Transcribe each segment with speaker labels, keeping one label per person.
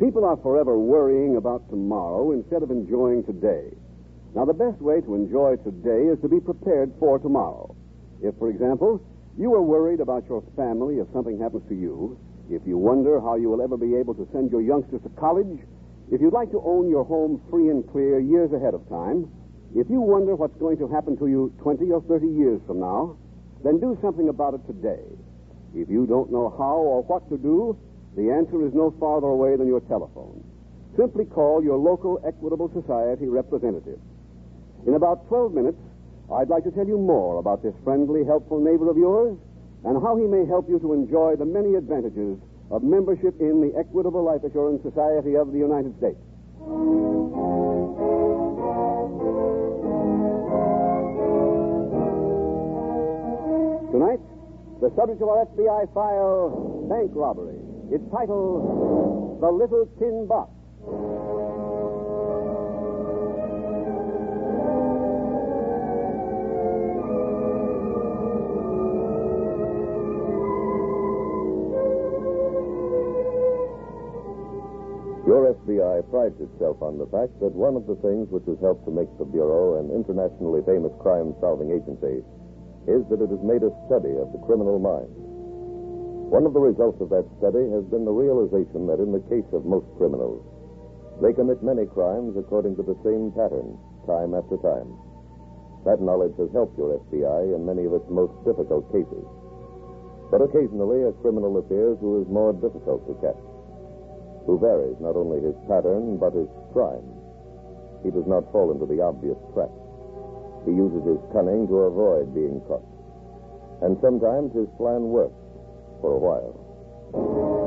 Speaker 1: People are forever worrying about tomorrow instead of enjoying today. Now, the best way to enjoy today is to be prepared for tomorrow. If, for example, you are worried about your family if something happens to you, if you wonder how you will ever be able to send your youngsters to college, if you'd like to own your home free and clear years ahead of time, if you wonder what's going to happen to you 20 or 30 years from now, then do something about it today. If you don't know how or what to do, the answer is no farther away than your telephone. Simply call your local Equitable Society representative. In about 12 minutes, I'd like to tell you more about this friendly, helpful neighbor of yours and how he may help you to enjoy the many advantages of membership in the Equitable Life Assurance Society of the United States. Tonight, the subject of our FBI file, Bank Robbery. It's titled The Little Tin Box.
Speaker 2: Your FBI prides itself on the fact that one of the things which has helped to make the Bureau an internationally famous crime solving agency is that it has made a study of the criminal mind. One of the results of that study has been the realization that in the case of most criminals, they commit many crimes according to the same pattern, time after time. That knowledge has helped your FBI in many of its most difficult cases. But occasionally, a criminal appears who is more difficult to catch who varies not only his pattern, but his crime. He does not fall into the obvious trap. He uses his cunning to avoid being caught. And sometimes his plan works for a while.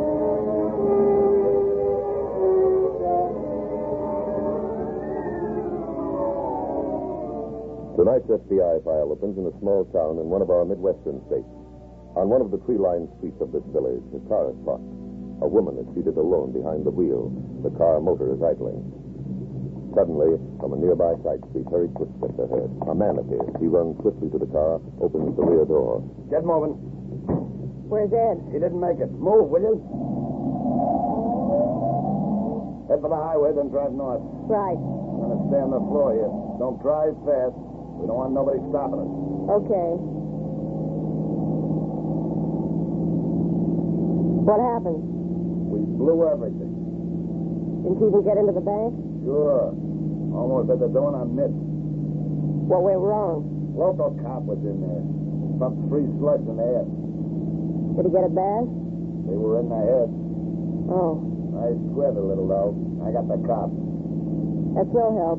Speaker 2: Tonight's FBI file opens in a small town in one of our Midwestern states. On one of the tree lined streets of this village, a car is parked. A woman is seated alone behind the wheel. The car motor is idling. Suddenly, from a nearby side street, hurried footsteps are heard. A man appears. He runs quickly to the car, opens the rear door.
Speaker 3: Get moving.
Speaker 4: Where's Ed?
Speaker 3: He didn't make it. Move, will you? Head for the highway, then drive north.
Speaker 4: Right.
Speaker 3: I'm going to stay on the floor here. Don't drive fast. We don't want nobody stopping us.
Speaker 4: Okay. What happened?
Speaker 3: We blew everything.
Speaker 4: Didn't even get into the bank?
Speaker 3: Sure. Almost at the door and I missed.
Speaker 4: What went wrong?
Speaker 3: Local cop was in there. Pumped three slugs in the head.
Speaker 4: Did he get a bag?
Speaker 3: They were in the head.
Speaker 4: Oh,
Speaker 3: I squirt a little, though. I got the cop.
Speaker 4: that's no help.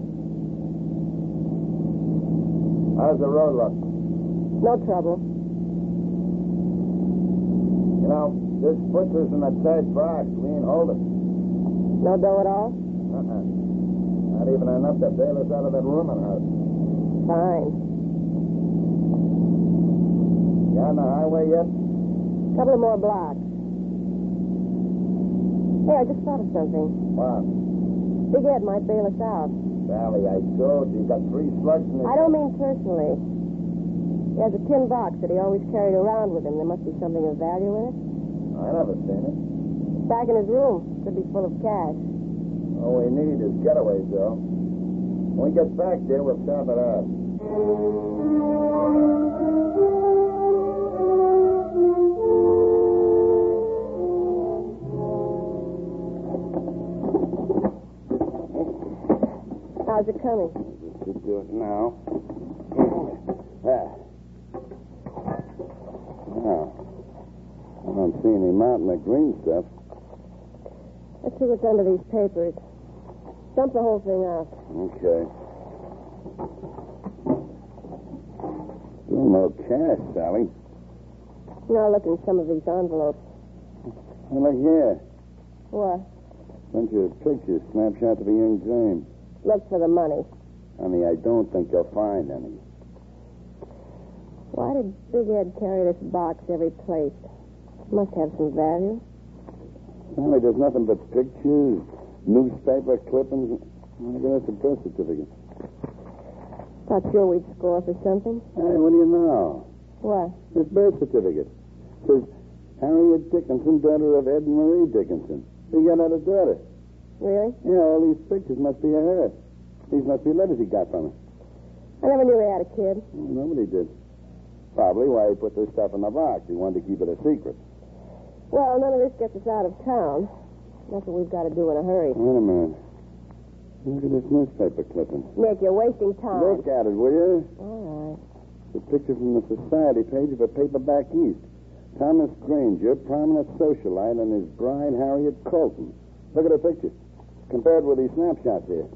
Speaker 3: How's the road look?
Speaker 4: No trouble.
Speaker 3: You know, this puts us in the third box. We ain't holding.
Speaker 4: No dough at all?
Speaker 3: Uh-uh. I Not even enough to bail us out of that rooming house.
Speaker 4: Fine.
Speaker 3: You on the highway yet?
Speaker 4: Couple of more blocks. Hey, I just thought of something.
Speaker 3: What?
Speaker 4: Big Ed might bail us out.
Speaker 3: Sally, I told you, you got three slugs in the...
Speaker 4: I don't mean personally. He has a tin box that he always carried around with him. There must be something of value in it.
Speaker 3: I never seen it.
Speaker 4: It's back in his room. Could be full of cash.
Speaker 3: All we need is getaways, though. When we get back there, we'll stamp it out.
Speaker 4: How's it coming?
Speaker 3: Just do it now. Ah. there. Now, I don't see any mountain of green stuff.
Speaker 4: Let's see what's under these papers. Dump the whole thing out.
Speaker 3: Okay. Still no cash, Sally.
Speaker 4: Now look in some of these envelopes.
Speaker 3: And look here.
Speaker 4: What?
Speaker 3: Bunch of pictures, snapshot of a young dame.
Speaker 4: Look for the money.
Speaker 3: Honey, I don't think you'll find any.
Speaker 4: Why did Big Ed carry this box every place? Must have some value.
Speaker 3: Sally, there's nothing but pictures, newspaper clippings. and Look at that's a birth certificate.
Speaker 4: Thought sure we'd score for something.
Speaker 3: Hey, what do you know?
Speaker 4: What?
Speaker 3: This birth certificate. says Harriet Dickinson, daughter of Ed and Marie Dickinson. He got out a daughter.
Speaker 4: Really?
Speaker 3: Yeah, all these pictures must be of her. These must be letters he got from her.
Speaker 4: I never knew he had a kid.
Speaker 3: Well, nobody did. Probably why he put this stuff in the box. He wanted to keep it a secret.
Speaker 4: Well, none of this gets us out of town. That's what we've got to do in a hurry.
Speaker 3: Wait a minute. Look at this newspaper clipping.
Speaker 4: Nick, you're wasting time.
Speaker 3: Look at it, will you?
Speaker 4: All right.
Speaker 3: The picture from the society page of a paper back east. Thomas Granger, prominent socialite, and his bride, Harriet Colton. Look at her picture. Compared with these snapshots here.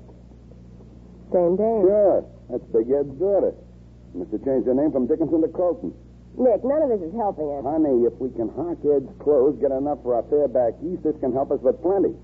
Speaker 4: Same day.
Speaker 3: Sure. That's Big Ed's daughter. Must have changed her name from Dickinson to Colton.
Speaker 4: Nick, none of this is helping us.
Speaker 3: Honey, if we can hock Ed's clothes, get enough for our fare back east, this can help us with plenty.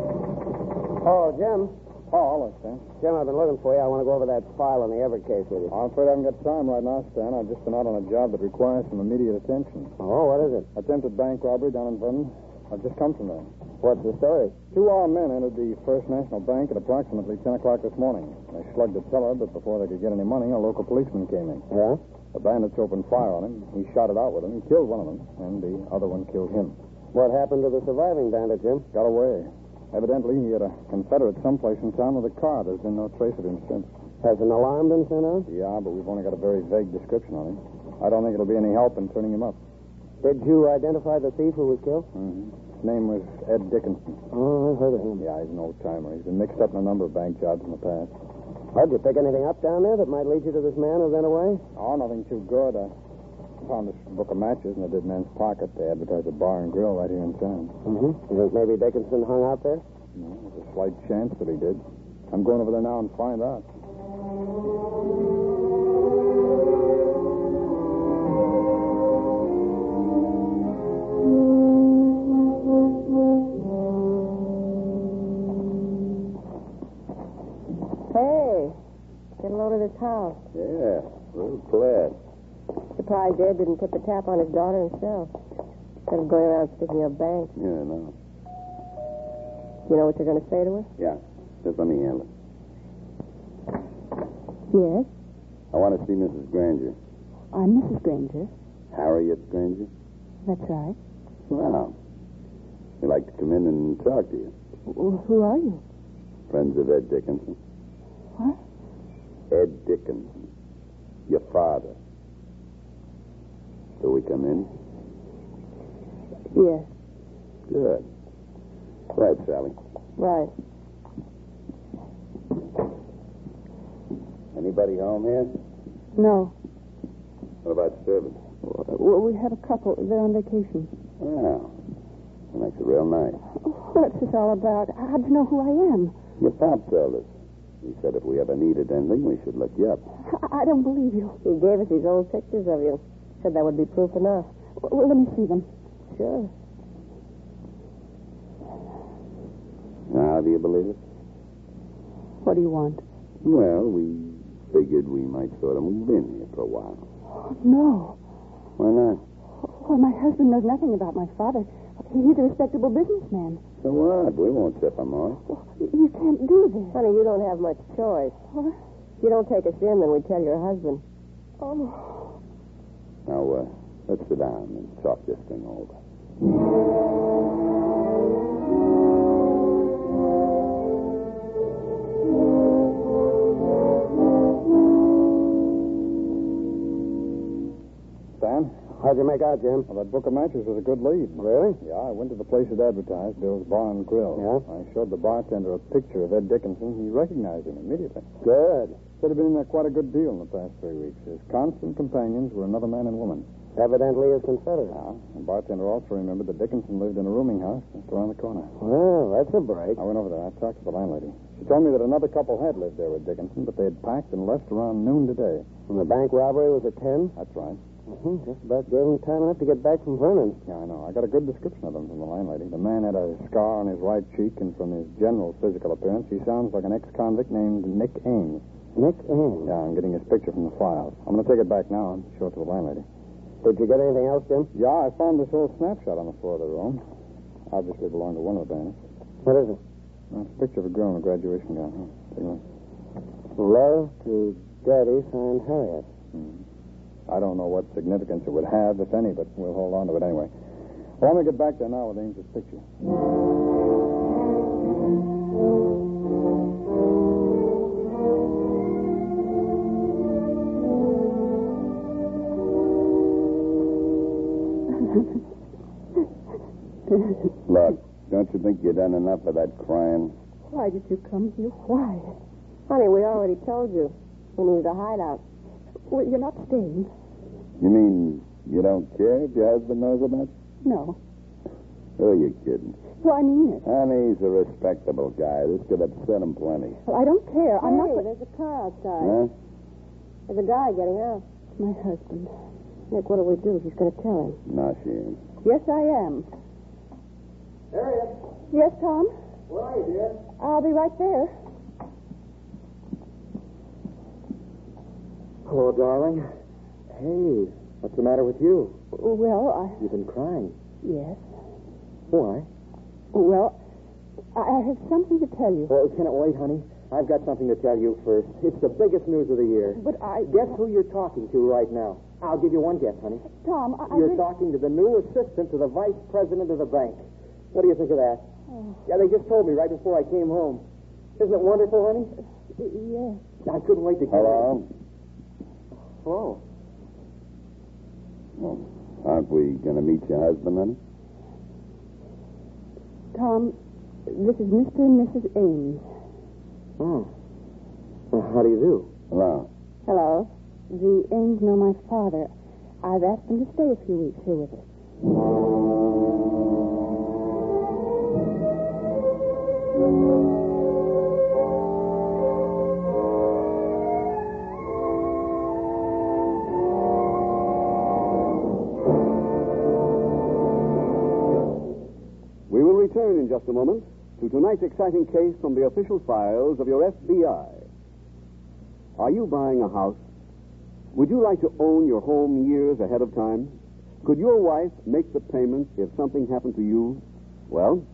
Speaker 5: Oh, Jim.
Speaker 3: Oh, hello, Stan.
Speaker 5: Jim, I've been looking for you. I want to go over that file on the Everett case with you.
Speaker 3: I'm afraid I haven't got time right now, Stan. I've just been out on a job that requires some immediate attention.
Speaker 5: Oh, what is it?
Speaker 3: Attempted bank robbery down in Vernon. I've just come from there.
Speaker 5: What's the story?
Speaker 3: Two armed men entered the First National Bank at approximately 10 o'clock this morning. They slugged the teller, but before they could get any money, a local policeman came in.
Speaker 5: Yeah?
Speaker 3: The bandits opened fire on him. He shouted out with them. He killed one of them, and the other one killed him.
Speaker 5: What happened to the surviving bandit, Jim?
Speaker 3: Got away. Evidently, he had a Confederate someplace in town with a car. There's been no trace of him since.
Speaker 5: Has an alarm been sent out?
Speaker 3: Yeah, but we've only got a very vague description on him. I don't think it'll be any help in turning him up. Mm-hmm.
Speaker 5: Did you identify the thief who was killed?
Speaker 3: His name was Ed Dickinson.
Speaker 5: Oh, I've heard of him.
Speaker 3: Yeah, he's an old timer. He's been mixed up in a number of bank jobs in the past.
Speaker 5: Oh, did you pick anything up down there that might lead you to this man who ran away?
Speaker 3: Oh, nothing too good. I found this book of matches in a dead man's pocket. They advertise a bar and grill right here in town.
Speaker 5: Mm-hmm. You think maybe Dickinson hung out there?
Speaker 3: Well, there's a slight chance that he did. I'm going over there now and find out.
Speaker 4: Hey, get a load of this house.
Speaker 3: Yeah, real glad.
Speaker 4: Surprised Ed didn't put the tap on his daughter himself. Instead of going around sticking a bank.
Speaker 3: Yeah, no.
Speaker 4: You know what you're going to say to her?
Speaker 3: Yeah, just let me handle it.
Speaker 6: Yes,
Speaker 3: I want to see Mrs. Granger.
Speaker 6: I'm Mrs. Granger.
Speaker 3: Harriet Granger?
Speaker 6: That's right.
Speaker 3: Wow. We'd like to come in and talk to you.
Speaker 6: W- who are you?
Speaker 3: Friends of Ed Dickinson.
Speaker 6: What?
Speaker 3: Ed Dickinson. Your father. Do we come in?
Speaker 6: Yes.
Speaker 3: Good. Right, Sally.
Speaker 4: Right.
Speaker 3: Anybody home here?
Speaker 6: No.
Speaker 3: What about servants?
Speaker 6: Well, we have a couple. They're on vacation.
Speaker 3: Wow. Ah, That makes it real nice.
Speaker 6: What's this all about? How'd you know who I am?
Speaker 3: Your pop told us. He said if we ever needed anything, we should look you up.
Speaker 6: I, I, I don't believe you.
Speaker 4: He gave us these old pictures of you. Said that would be proof enough.
Speaker 6: Well, let me see them.
Speaker 4: Sure.
Speaker 3: Now, do you believe it?
Speaker 6: What do you want?
Speaker 3: Well, we figured we might sort of move in here for a while.
Speaker 6: No.
Speaker 3: Why not?
Speaker 6: Well, my husband knows nothing about my father. He's a respectable businessman.
Speaker 3: So what? We won't tip him off.
Speaker 6: You can't do this.
Speaker 4: Honey, you don't have much choice.
Speaker 6: Huh?
Speaker 4: If you don't take us in, then we tell your husband.
Speaker 6: Oh,
Speaker 3: Now, uh, let's sit down and talk this thing over.
Speaker 7: Sam?
Speaker 5: How'd you make out, Jim?
Speaker 7: Well, that book of matches was a good lead.
Speaker 5: Really?
Speaker 7: Yeah, I went to the place it advertised, Bill's Bar and Grill.
Speaker 5: Yeah?
Speaker 7: I showed the bartender a picture of Ed Dickinson. He recognized him immediately.
Speaker 5: Good.
Speaker 7: Said he'd been in there quite a good deal in the past three weeks. His constant companions were another man and woman.
Speaker 5: Evidently his confederate.
Speaker 7: Yeah. The bartender also remembered that Dickinson lived in a rooming house just around the corner.
Speaker 5: Well, that's a break.
Speaker 7: I went over there. I talked to the landlady. She told me that another couple had lived there with Dickinson, but they had packed and left around noon today.
Speaker 5: And the bank robbery was at 10?
Speaker 7: That's right.
Speaker 5: Mm-hmm. Just about gave him time enough to get back from Vernon.
Speaker 7: Yeah, I know. I got a good description of him from the landlady. The man had a scar on his right cheek, and from his general physical appearance, he sounds like an ex-convict named Nick Ames.
Speaker 5: Nick Ames.
Speaker 7: Yeah, I'm getting his picture from the files. I'm going to take it back now and show it to the landlady.
Speaker 5: Did you get anything else, Jim?
Speaker 7: Yeah, I found this old snapshot on the floor of the room. Obviously belonged to one of the bandits.
Speaker 5: What is it?
Speaker 7: That's a picture of a girl in a graduation gown. Huh? Take a look.
Speaker 5: Love to Daddy, signed Harriet.
Speaker 7: Hmm. I don't know what significance it would have, if any, but we'll hold on to it anyway. Well, I'm going to get back there now with Ames's picture.
Speaker 3: Look, don't you think you've done enough of that crying?
Speaker 6: why did you come here? Why?
Speaker 4: Honey, we already told you. We needed a hideout.
Speaker 6: Well, you're not staying.
Speaker 3: You mean you don't care if your husband knows about it?
Speaker 6: No.
Speaker 3: Who are you kidding?
Speaker 6: Well, I mean it.
Speaker 3: Honey, he's a respectable guy. This could upset him plenty.
Speaker 6: Well, I don't care. I'm
Speaker 4: Hey,
Speaker 6: not.
Speaker 4: there's a car outside.
Speaker 3: Huh?
Speaker 4: There's a guy getting out.
Speaker 6: My husband.
Speaker 4: Nick, what do we do? He's going to tell him.
Speaker 3: No, she ain't.
Speaker 6: Yes, I am.
Speaker 5: Harriet,
Speaker 6: Yes, Tom?
Speaker 5: where are you, dear?
Speaker 6: I'll be right there.
Speaker 5: Hello, darling. Hey, what's the matter with you?
Speaker 6: Well, I.
Speaker 5: You've been crying.
Speaker 6: Yes.
Speaker 5: Why?
Speaker 6: Well, I I have something to tell you.
Speaker 5: Well, Oh, can it wait, honey? I've got something to tell you first. It's the biggest news of the year.
Speaker 6: But I.
Speaker 5: Guess who you're talking to right now? I'll give you one guess, honey.
Speaker 6: Tom, I. I
Speaker 5: You're
Speaker 6: really-
Speaker 5: talking to the new assistant to the vice president of the bank. What do you think of that?
Speaker 6: Oh,
Speaker 5: Yeah, they just told me right before I came home. Isn't it wonderful, honey?
Speaker 6: Yes.
Speaker 5: I couldn't wait to get
Speaker 3: Hello?
Speaker 5: it. Oh. Hello.
Speaker 3: Aren't we going to meet your husband, honey?
Speaker 6: Tom, this is Mr. and Mrs. Ames.
Speaker 5: Oh. Well, how do you do?
Speaker 3: Hello.
Speaker 6: Hello. The Ames know my father. I've asked them to stay a few weeks here with us.
Speaker 1: We will return in just a moment to tonight's exciting case from the official files of your FBI. Are you buying a house? Would you like to own your home years ahead of time? Could your wife make the payments if something happened to you? Well,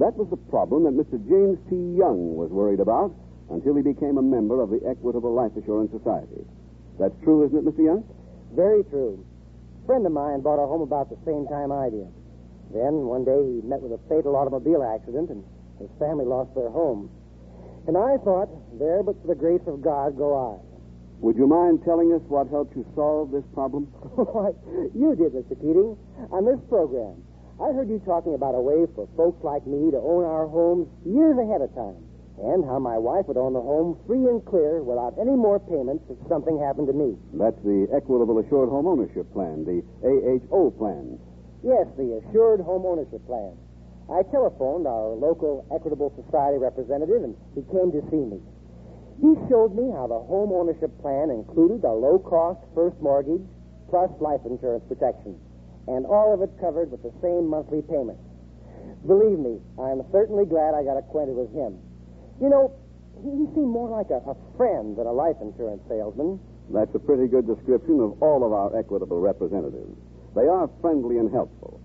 Speaker 1: that was the problem that Mr. James T. Young was worried about until he became a member of the Equitable Life Assurance Society. That's true, isn't it, Mr. Young?
Speaker 5: Very true. Friend of mine bought a home about the same time I did. Then one day he met with a fatal automobile accident and his family lost their home. And I thought, there but for the grace of God go I.
Speaker 1: Would you mind telling us what helped you solve this problem?
Speaker 5: Why, you did, Mr. Keating, on this program. I heard you talking about a way for folks like me to own our homes years ahead of time, and how my wife would own the home free and clear without any more payments if something happened to me.
Speaker 1: That's the Equitable Assured Home Ownership Plan, the AHO plan.
Speaker 5: Yes, the Assured Home Ownership Plan. I telephoned our local Equitable Society representative, and he came to see me.
Speaker 8: He showed me how the home ownership plan included a low cost first mortgage plus life insurance protection, and all of it covered with the same monthly payment. Believe me, I'm certainly glad I got acquainted with him. You know, he he seemed more like a, a friend than a life insurance salesman.
Speaker 1: That's a pretty good description of all of our equitable representatives. They are friendly and helpful.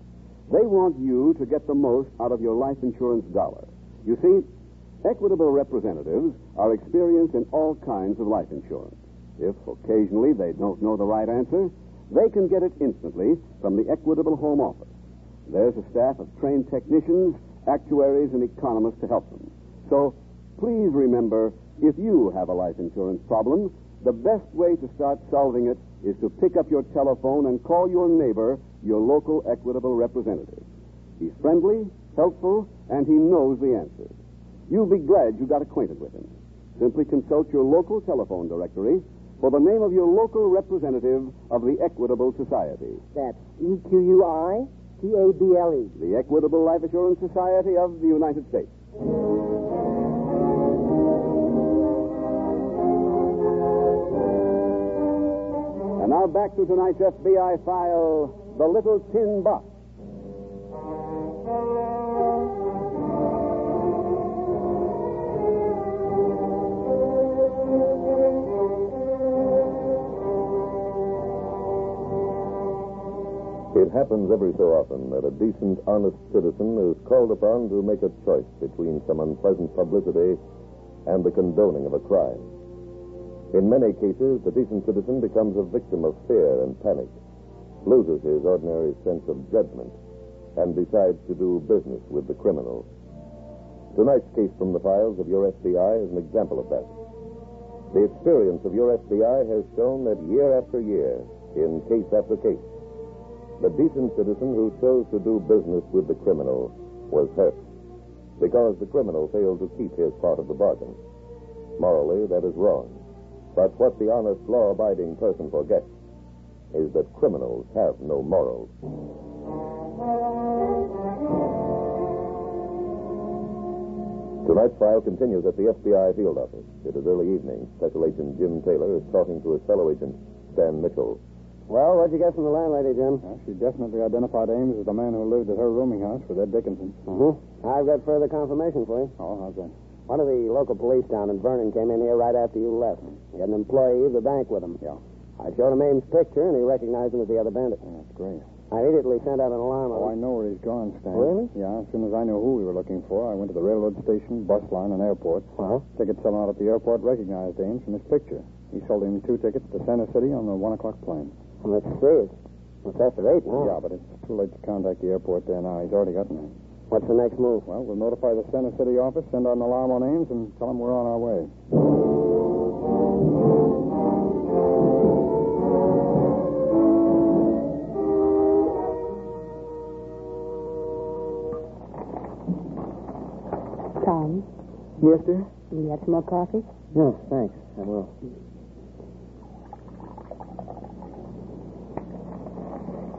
Speaker 1: They want you to get the most out of your life insurance dollar. You see, equitable representatives are experienced in all kinds of life insurance. If occasionally they don't know the right answer, they can get it instantly from the Equitable Home Office. There's a staff of trained technicians, actuaries, and economists to help them. So please remember if you have a life insurance problem, the best way to start solving it is to pick up your telephone and call your neighbor, your local Equitable representative. He's friendly, helpful, and he knows the answers. You'll be glad you got acquainted with him. Simply consult your local telephone directory for the name of your local representative of the Equitable Society.
Speaker 8: That's E Q U I T A B L E.
Speaker 1: the Equitable Life Assurance Society of the United States. And now back to tonight's FBI file The Little Tin Box.
Speaker 2: It happens every so often that a decent, honest citizen is called upon to make a choice between some unpleasant publicity and the condoning of a crime. In many cases, the decent citizen becomes a victim of fear and panic, loses his ordinary sense of judgment, and decides to do business with the criminal. Tonight's case from the files of your FBI is an example of that. The experience of your FBI has shown that year after year, in case after case, the decent citizen who chose to do business with the criminal was hurt because the criminal failed to keep his part of the bargain. Morally, that is wrong. But what the honest, law abiding person forgets is that criminals have no morals. Tonight's file continues at the FBI field office. It is early evening. Special Agent Jim Taylor is talking to his fellow agent, Stan Mitchell.
Speaker 7: Well, what'd you get from the landlady, Jim? she definitely identified Ames as the man who lived at her rooming house with Ed Dickinson.
Speaker 5: Mm-hmm. I've got further confirmation for you.
Speaker 7: Oh, how's that?
Speaker 5: One of the local police down in Vernon came in here right after you left. He had an employee of the bank with him.
Speaker 7: Yeah.
Speaker 5: I showed him Ames' picture, and he recognized him as the other bandit.
Speaker 7: That's great.
Speaker 5: I immediately sent out an alarm
Speaker 7: Oh, I
Speaker 5: on him.
Speaker 7: know where he's gone, Stan.
Speaker 5: Really?
Speaker 7: Yeah, as soon as I knew who we were looking for, I went to the railroad station, bus line, and airport.
Speaker 5: Well?
Speaker 7: Ticket seller out at the airport recognized Ames from his picture. He sold him two tickets to Center City on the 1 o'clock plane.
Speaker 5: Let's see. It's- It's after eight now.
Speaker 7: Yeah, but it's too late to contact the airport there now. He's already gotten there.
Speaker 5: What's the next move?
Speaker 7: Well, we'll notify the Center City office, send out an alarm on Ames, and tell them we're on our way.
Speaker 6: Tom,
Speaker 5: Yes, dear?
Speaker 6: will you have some more coffee?
Speaker 5: Yes, thanks. I will.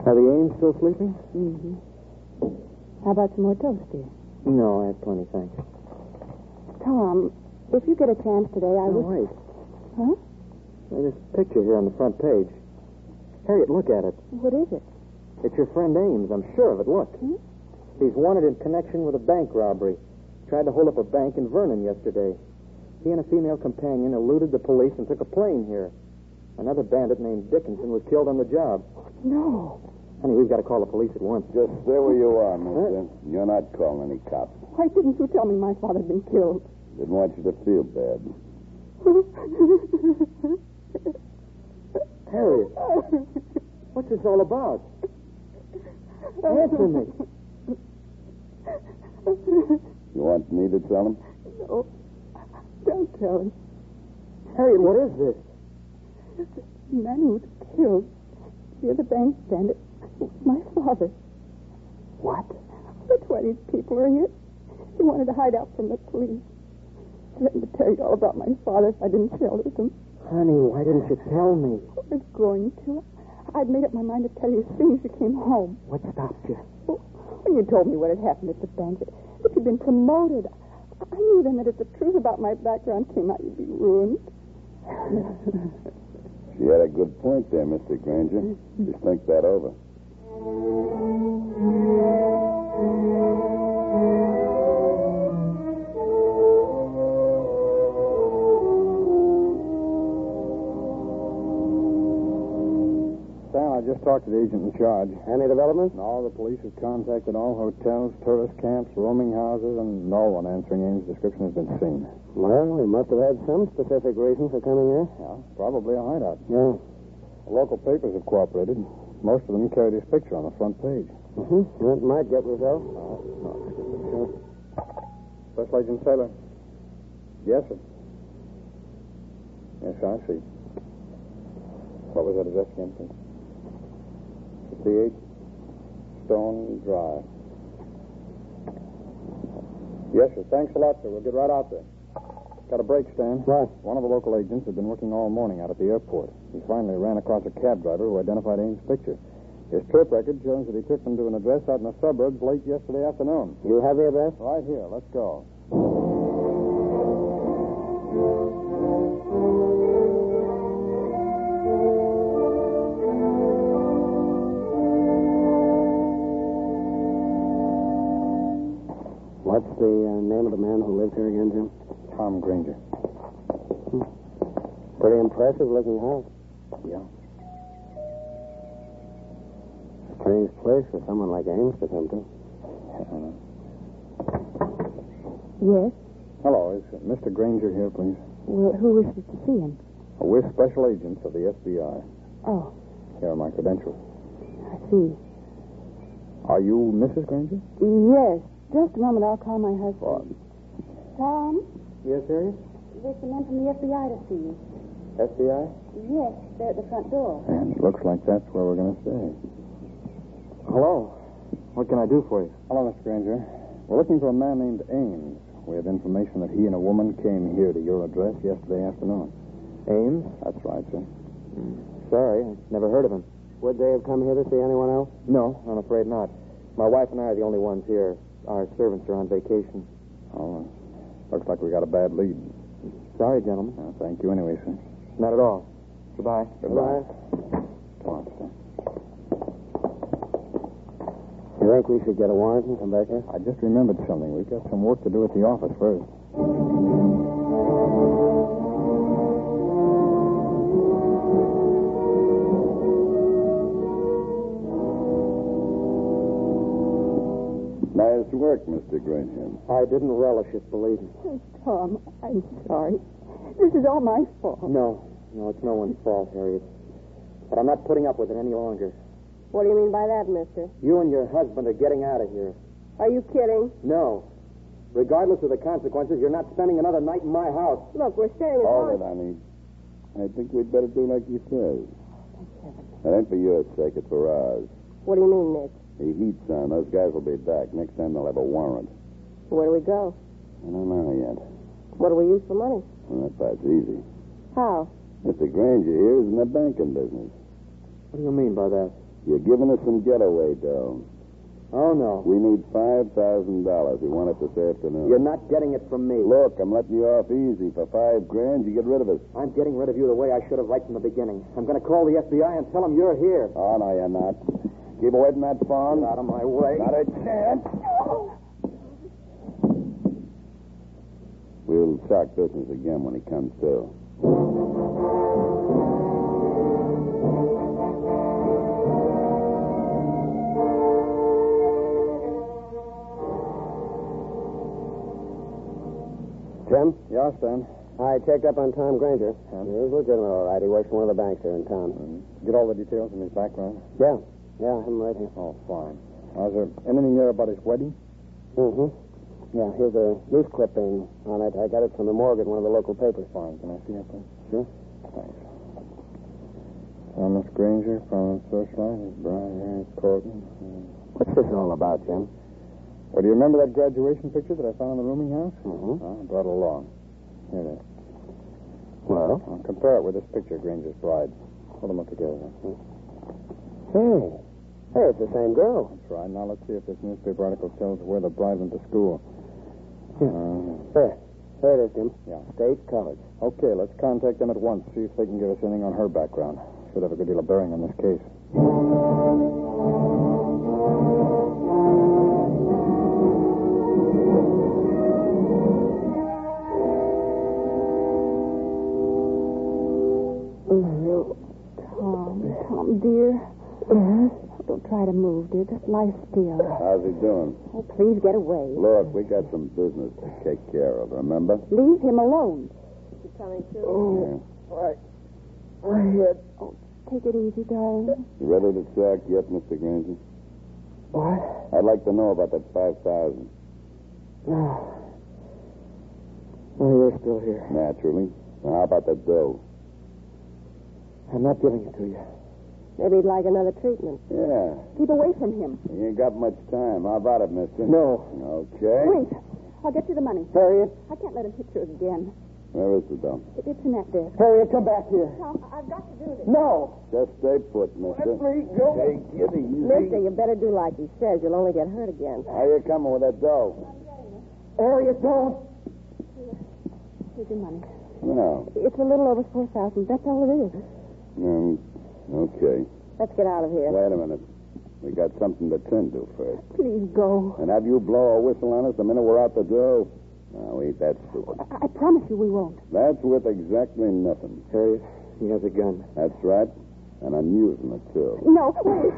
Speaker 5: Are the Ames still sleeping?
Speaker 6: Mm-hmm. How about some more toast, dear?
Speaker 5: No, I have plenty, thanks.
Speaker 6: Tom, if you get a chance today, I
Speaker 5: Oh,
Speaker 6: would...
Speaker 5: wait.
Speaker 6: Huh?
Speaker 5: There's this picture here on the front page. Harriet, look at it.
Speaker 6: What is it?
Speaker 5: It's your friend Ames. I'm sure of it. Look.
Speaker 6: Hmm?
Speaker 5: He's wanted in connection with a bank robbery. Tried to hold up a bank in Vernon yesterday. He and a female companion eluded the police and took a plane here. Another bandit named Dickinson was killed on the job.
Speaker 6: No.
Speaker 5: Honey, we've got to call the police at once.
Speaker 7: Just stay where you are,
Speaker 5: mister.
Speaker 7: You're not calling any cops.
Speaker 6: Why didn't you tell me my father had been killed?
Speaker 7: Didn't want you to feel bad.
Speaker 5: Harriet, what's this all about? Answer me.
Speaker 7: You want me to tell him?
Speaker 6: no. Oh, Don't tell him.
Speaker 5: Harriet, what is this?
Speaker 6: The man who was killed near the bank bandit was my father. What? The 20 people are here. He wanted to hide out from the police. Let me tell you all about my father if I didn't tell you them.
Speaker 5: Honey, why didn't you tell me?
Speaker 6: I was going to. I'd made up my mind to tell you as soon as you came home.
Speaker 5: What stopped you?
Speaker 6: Well, When you told me what had happened at the bank, that you'd been promoted, I knew the minute the truth about my background came out, you'd be ruined.
Speaker 3: She had a good point there, Mr. Granger. Just think that over.
Speaker 7: Sal, I just talked to the agent in charge. Any developments? No, the police have contacted all hotels, tourist camps, rooming houses, and no one answering Ames' description has been seen.
Speaker 5: Well, he must have had some specific reason for coming here.
Speaker 7: Yeah, probably a hideout.
Speaker 5: Yeah.
Speaker 7: The local papers have cooperated. Most of them carried his picture on the front page.
Speaker 5: Mm-hmm. That might get results.
Speaker 7: Special Agent Sailor. Yes, sir. Yes, I see. What was that address again, please? 58 Stone Drive. Yes, sir. Thanks a lot, sir. We'll get right out there. Got a break, Stan.
Speaker 5: Right.
Speaker 7: One of the local agents had been working all morning out at the airport. He finally ran across a cab driver who identified Ames' picture. His trip record shows that he took them to an address out in the suburbs late yesterday afternoon.
Speaker 5: You have the address?
Speaker 7: Right here. Let's go.
Speaker 5: What's the uh, name of the man who lives here again, Jim? Hmm.
Speaker 7: Tom Granger.
Speaker 5: Pretty impressive looking house.
Speaker 7: Yeah.
Speaker 5: Strange place for someone like Ames to come to.
Speaker 7: Uh-huh.
Speaker 6: Yes?
Speaker 7: Hello. Is uh, Mr. Granger here, please? Uh,
Speaker 6: Well, who wishes to see him?
Speaker 7: We're special agents of the FBI.
Speaker 6: Oh,
Speaker 7: Here are my credentials.
Speaker 6: I see.
Speaker 7: Are you Mrs. Granger?
Speaker 6: Yes. Just a moment. I'll call my husband.
Speaker 9: Tom,
Speaker 5: Yes, Harry?
Speaker 9: there's the man from the FBI to see you.
Speaker 5: FBI?
Speaker 9: Yes, they're at the front door.
Speaker 7: And it looks like that's where we're going to stay.
Speaker 5: Hello. What can I do for you?
Speaker 7: Hello, Mr. Granger. We're looking for a man named Ames. We have information that he and a woman came here to your address yesterday afternoon.
Speaker 5: Ames?
Speaker 7: That's right, sir.
Speaker 5: Sorry, I never heard of him. Would they have come here to see anyone else? No, I'm afraid not. My wife and I are the only ones here. Our servants are on vacation.
Speaker 7: Oh, looks like we got a bad lead.
Speaker 5: Sorry, gentlemen.
Speaker 7: Well, thank you anyway, sir.
Speaker 5: Not at all. Goodbye.
Speaker 7: Goodbye. Come on, sir.
Speaker 5: You think we should get a warrant and come back here?
Speaker 7: I just remembered something. We've got some work to do at the office first.
Speaker 3: Nice work, Mr. Granger.
Speaker 5: I didn't relish it, believe me.
Speaker 6: Oh, Tom, I'm sorry. This is all my fault.
Speaker 5: No, no, it's no one's fault, Harriet. But I'm not putting up with it any longer.
Speaker 4: What do you mean by that, mister?
Speaker 5: You and your husband are getting out of here.
Speaker 4: Are you kidding?
Speaker 5: No. Regardless of the consequences, you're not spending another night in my house.
Speaker 4: Look, we're staying at
Speaker 3: All
Speaker 4: home.
Speaker 3: right, honey. I think we'd better do like you says. It ain't for your sake, it's for ours.
Speaker 4: What do you mean, Nick?
Speaker 3: The heat's on. Those guys will be back. Next time they'll have a warrant.
Speaker 4: Where do we go?
Speaker 3: I don't know yet.
Speaker 4: What do we use for money?
Speaker 3: Well, that part's easy.
Speaker 4: How?
Speaker 3: Mr. Granger here is in the banking business.
Speaker 5: What do you mean by that?
Speaker 3: You're giving us some getaway dough.
Speaker 5: Oh, no.
Speaker 3: We need $5,000. We want it this afternoon.
Speaker 5: You're not getting it from me.
Speaker 3: Look, I'm letting you off easy. For five grand, you get rid of us.
Speaker 5: I'm getting rid of you the way I should have right from the beginning. I'm going to call the FBI and tell them you're here.
Speaker 3: Oh, no, you're not. Keep away from that phone.
Speaker 5: Get out of my way.
Speaker 3: Not a chance. We'll talk business again when he comes to.
Speaker 5: Jim,
Speaker 7: Yeah, Stan.
Speaker 5: I checked up on Tom Granger.
Speaker 7: Huh?
Speaker 5: He was legitimate, all right. He works for one of the banks here in town.
Speaker 7: Mm-hmm. Get all the details from his background.
Speaker 5: Yeah. Yeah, him right here.
Speaker 7: Oh, fine. Was there anything there about his wedding?
Speaker 5: Mm-hmm. Yeah, here's a news clipping on it. I got it from the morgue at one of the local papers.
Speaker 7: Fine. Can I see that, please?
Speaker 5: Sure.
Speaker 7: Thanks. Thomas Granger, prominent socialite, his bride, Harriet Colton.
Speaker 5: What's this all about, Jim?
Speaker 7: Well, do you remember that graduation picture that I found in the rooming house? Ah,
Speaker 5: Mm-hmm.
Speaker 7: I brought it along. Here it is.
Speaker 5: Well?
Speaker 7: Now, compare it with this picture of Granger's bride. Hold them up together.
Speaker 5: Mm-hmm. Hey. Hey, it's the same girl.
Speaker 7: That's right. Now let's see if this newspaper article tells where the bride went to school. There. There it is, Jim. Yeah. State College. Okay, let's contact them at once, see if they can give us anything on her background. Should have a good deal of bearing on this case.
Speaker 6: Oh, Tom, Tom, dear. Yes? Don't try to move, dear. Just lie still.
Speaker 3: How's he doing?
Speaker 6: Oh, please get away.
Speaker 3: Look, we got some business to take care of, remember?
Speaker 6: Leave him alone.
Speaker 4: You coming too?
Speaker 3: Oh.
Speaker 6: Why? My head. Oh, take it easy, darling.
Speaker 3: You ready to check yet, Mr. Granger?
Speaker 6: What?
Speaker 3: I'd like to know about that 5000
Speaker 7: Oh, you're still here.
Speaker 3: Naturally. Now, how about that bill?
Speaker 7: I'm not giving it to you.
Speaker 4: Maybe he'd like another treatment.
Speaker 3: Yeah.
Speaker 6: Keep away from him.
Speaker 3: You ain't got much time. How about it, mister?
Speaker 7: No.
Speaker 3: Okay.
Speaker 6: Wait. I'll get you the money.
Speaker 7: Harriet.
Speaker 6: I can't let him hit you again.
Speaker 3: Where is the dump?
Speaker 6: It- It's in that desk.
Speaker 7: Harriet, come back here.
Speaker 4: Tom, I- I've got to do this.
Speaker 7: No.
Speaker 3: Just stay put, mister.
Speaker 7: Let me go.
Speaker 3: Take it easy.
Speaker 4: Mister, you better do like he says. You'll only get hurt again. Oh,
Speaker 3: How you coming with that dough?
Speaker 7: Harriet, don't.
Speaker 6: Here's your money.
Speaker 3: No.
Speaker 6: It's a little over 4000 That's all it is.
Speaker 3: Um, okay.
Speaker 4: Let's get out of here.
Speaker 3: Wait a minute. We got something to tend to first.
Speaker 6: Please go.
Speaker 3: And have you blow a whistle on us the minute we're out the door? No, ain't that stupid.
Speaker 6: I, I promise you we won't.
Speaker 3: That's worth exactly nothing.
Speaker 7: Harriet, he has a gun.
Speaker 3: That's right. And I'm using it, too.
Speaker 6: No, wait.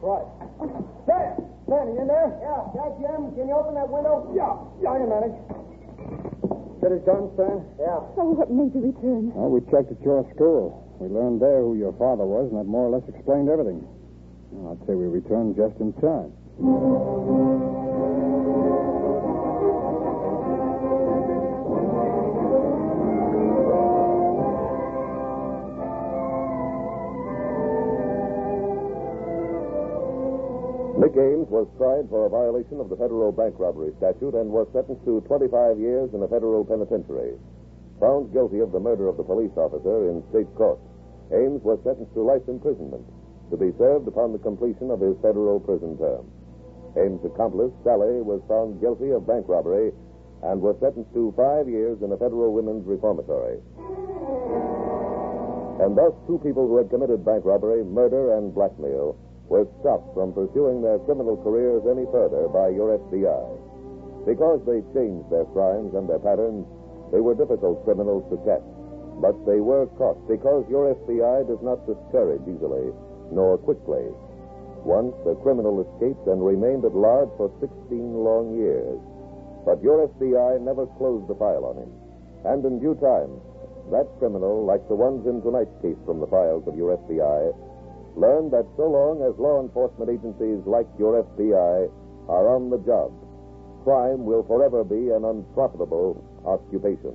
Speaker 7: Right. Sam! Sam, you in there? Yeah. Yeah, Jim, can you open that window? Yeah. Yeah, I can manage. Get it done, Sam? Yeah.
Speaker 6: Oh, what made you return?
Speaker 7: Well, we checked at your school. We learned there who your father was, and that more or less explained everything. Well, I'd say we returned just in time.
Speaker 2: Nick Ames was tried for a violation of the federal bank robbery statute and was sentenced to 25 years in a federal penitentiary. Found guilty of the murder of the police officer in state court, Ames was sentenced to life imprisonment to be served upon the completion of his federal prison term. Ames' accomplice, Sally, was found guilty of bank robbery and was sentenced to five years in a federal women's reformatory. And thus, two people who had committed bank robbery, murder, and blackmail were stopped from pursuing their criminal careers any further by your FBI. Because they changed their crimes and their patterns, they were difficult criminals to catch. But they were caught because your FBI does not discourage easily, nor quickly. Once a criminal escaped and remained at large for 16 long years. But your FBI never closed the file on him. And in due time, that criminal, like the ones in tonight's case from the files of your FBI, learned that so long as law enforcement agencies like your FBI are on the job, crime will forever be an unprofitable occupation.